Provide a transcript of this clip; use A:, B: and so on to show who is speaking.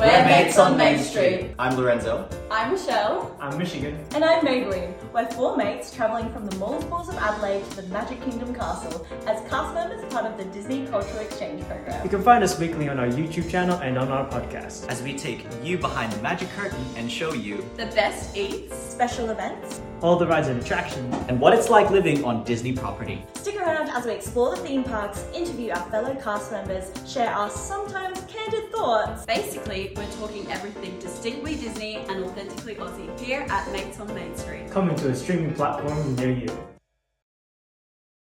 A: Mates on Main Street.
B: I'm Lorenzo.
A: I'm Michelle,
C: I'm Michigan.
D: And I'm Maybelline. We're four mates travelling from the Moors Balls of Adelaide to the Magic Kingdom Castle as cast members part of the Disney Cultural Exchange
C: You
D: Program.
C: can find us weekly on our YouTube channel and on our podcast.
B: As we take you behind the magic curtain and show you
A: the best eats.
D: Special events.
C: All the rides and attractions.
B: and what it's like living on Disney property.
D: Stick around as we explore the theme parks, interview our fellow cast members, share our sometimes candid thoughts.
A: Basically, we're talking everything distinctly Disney and authentically Aussie here at Mates on Main Street.
C: Coming to a streaming platform near you.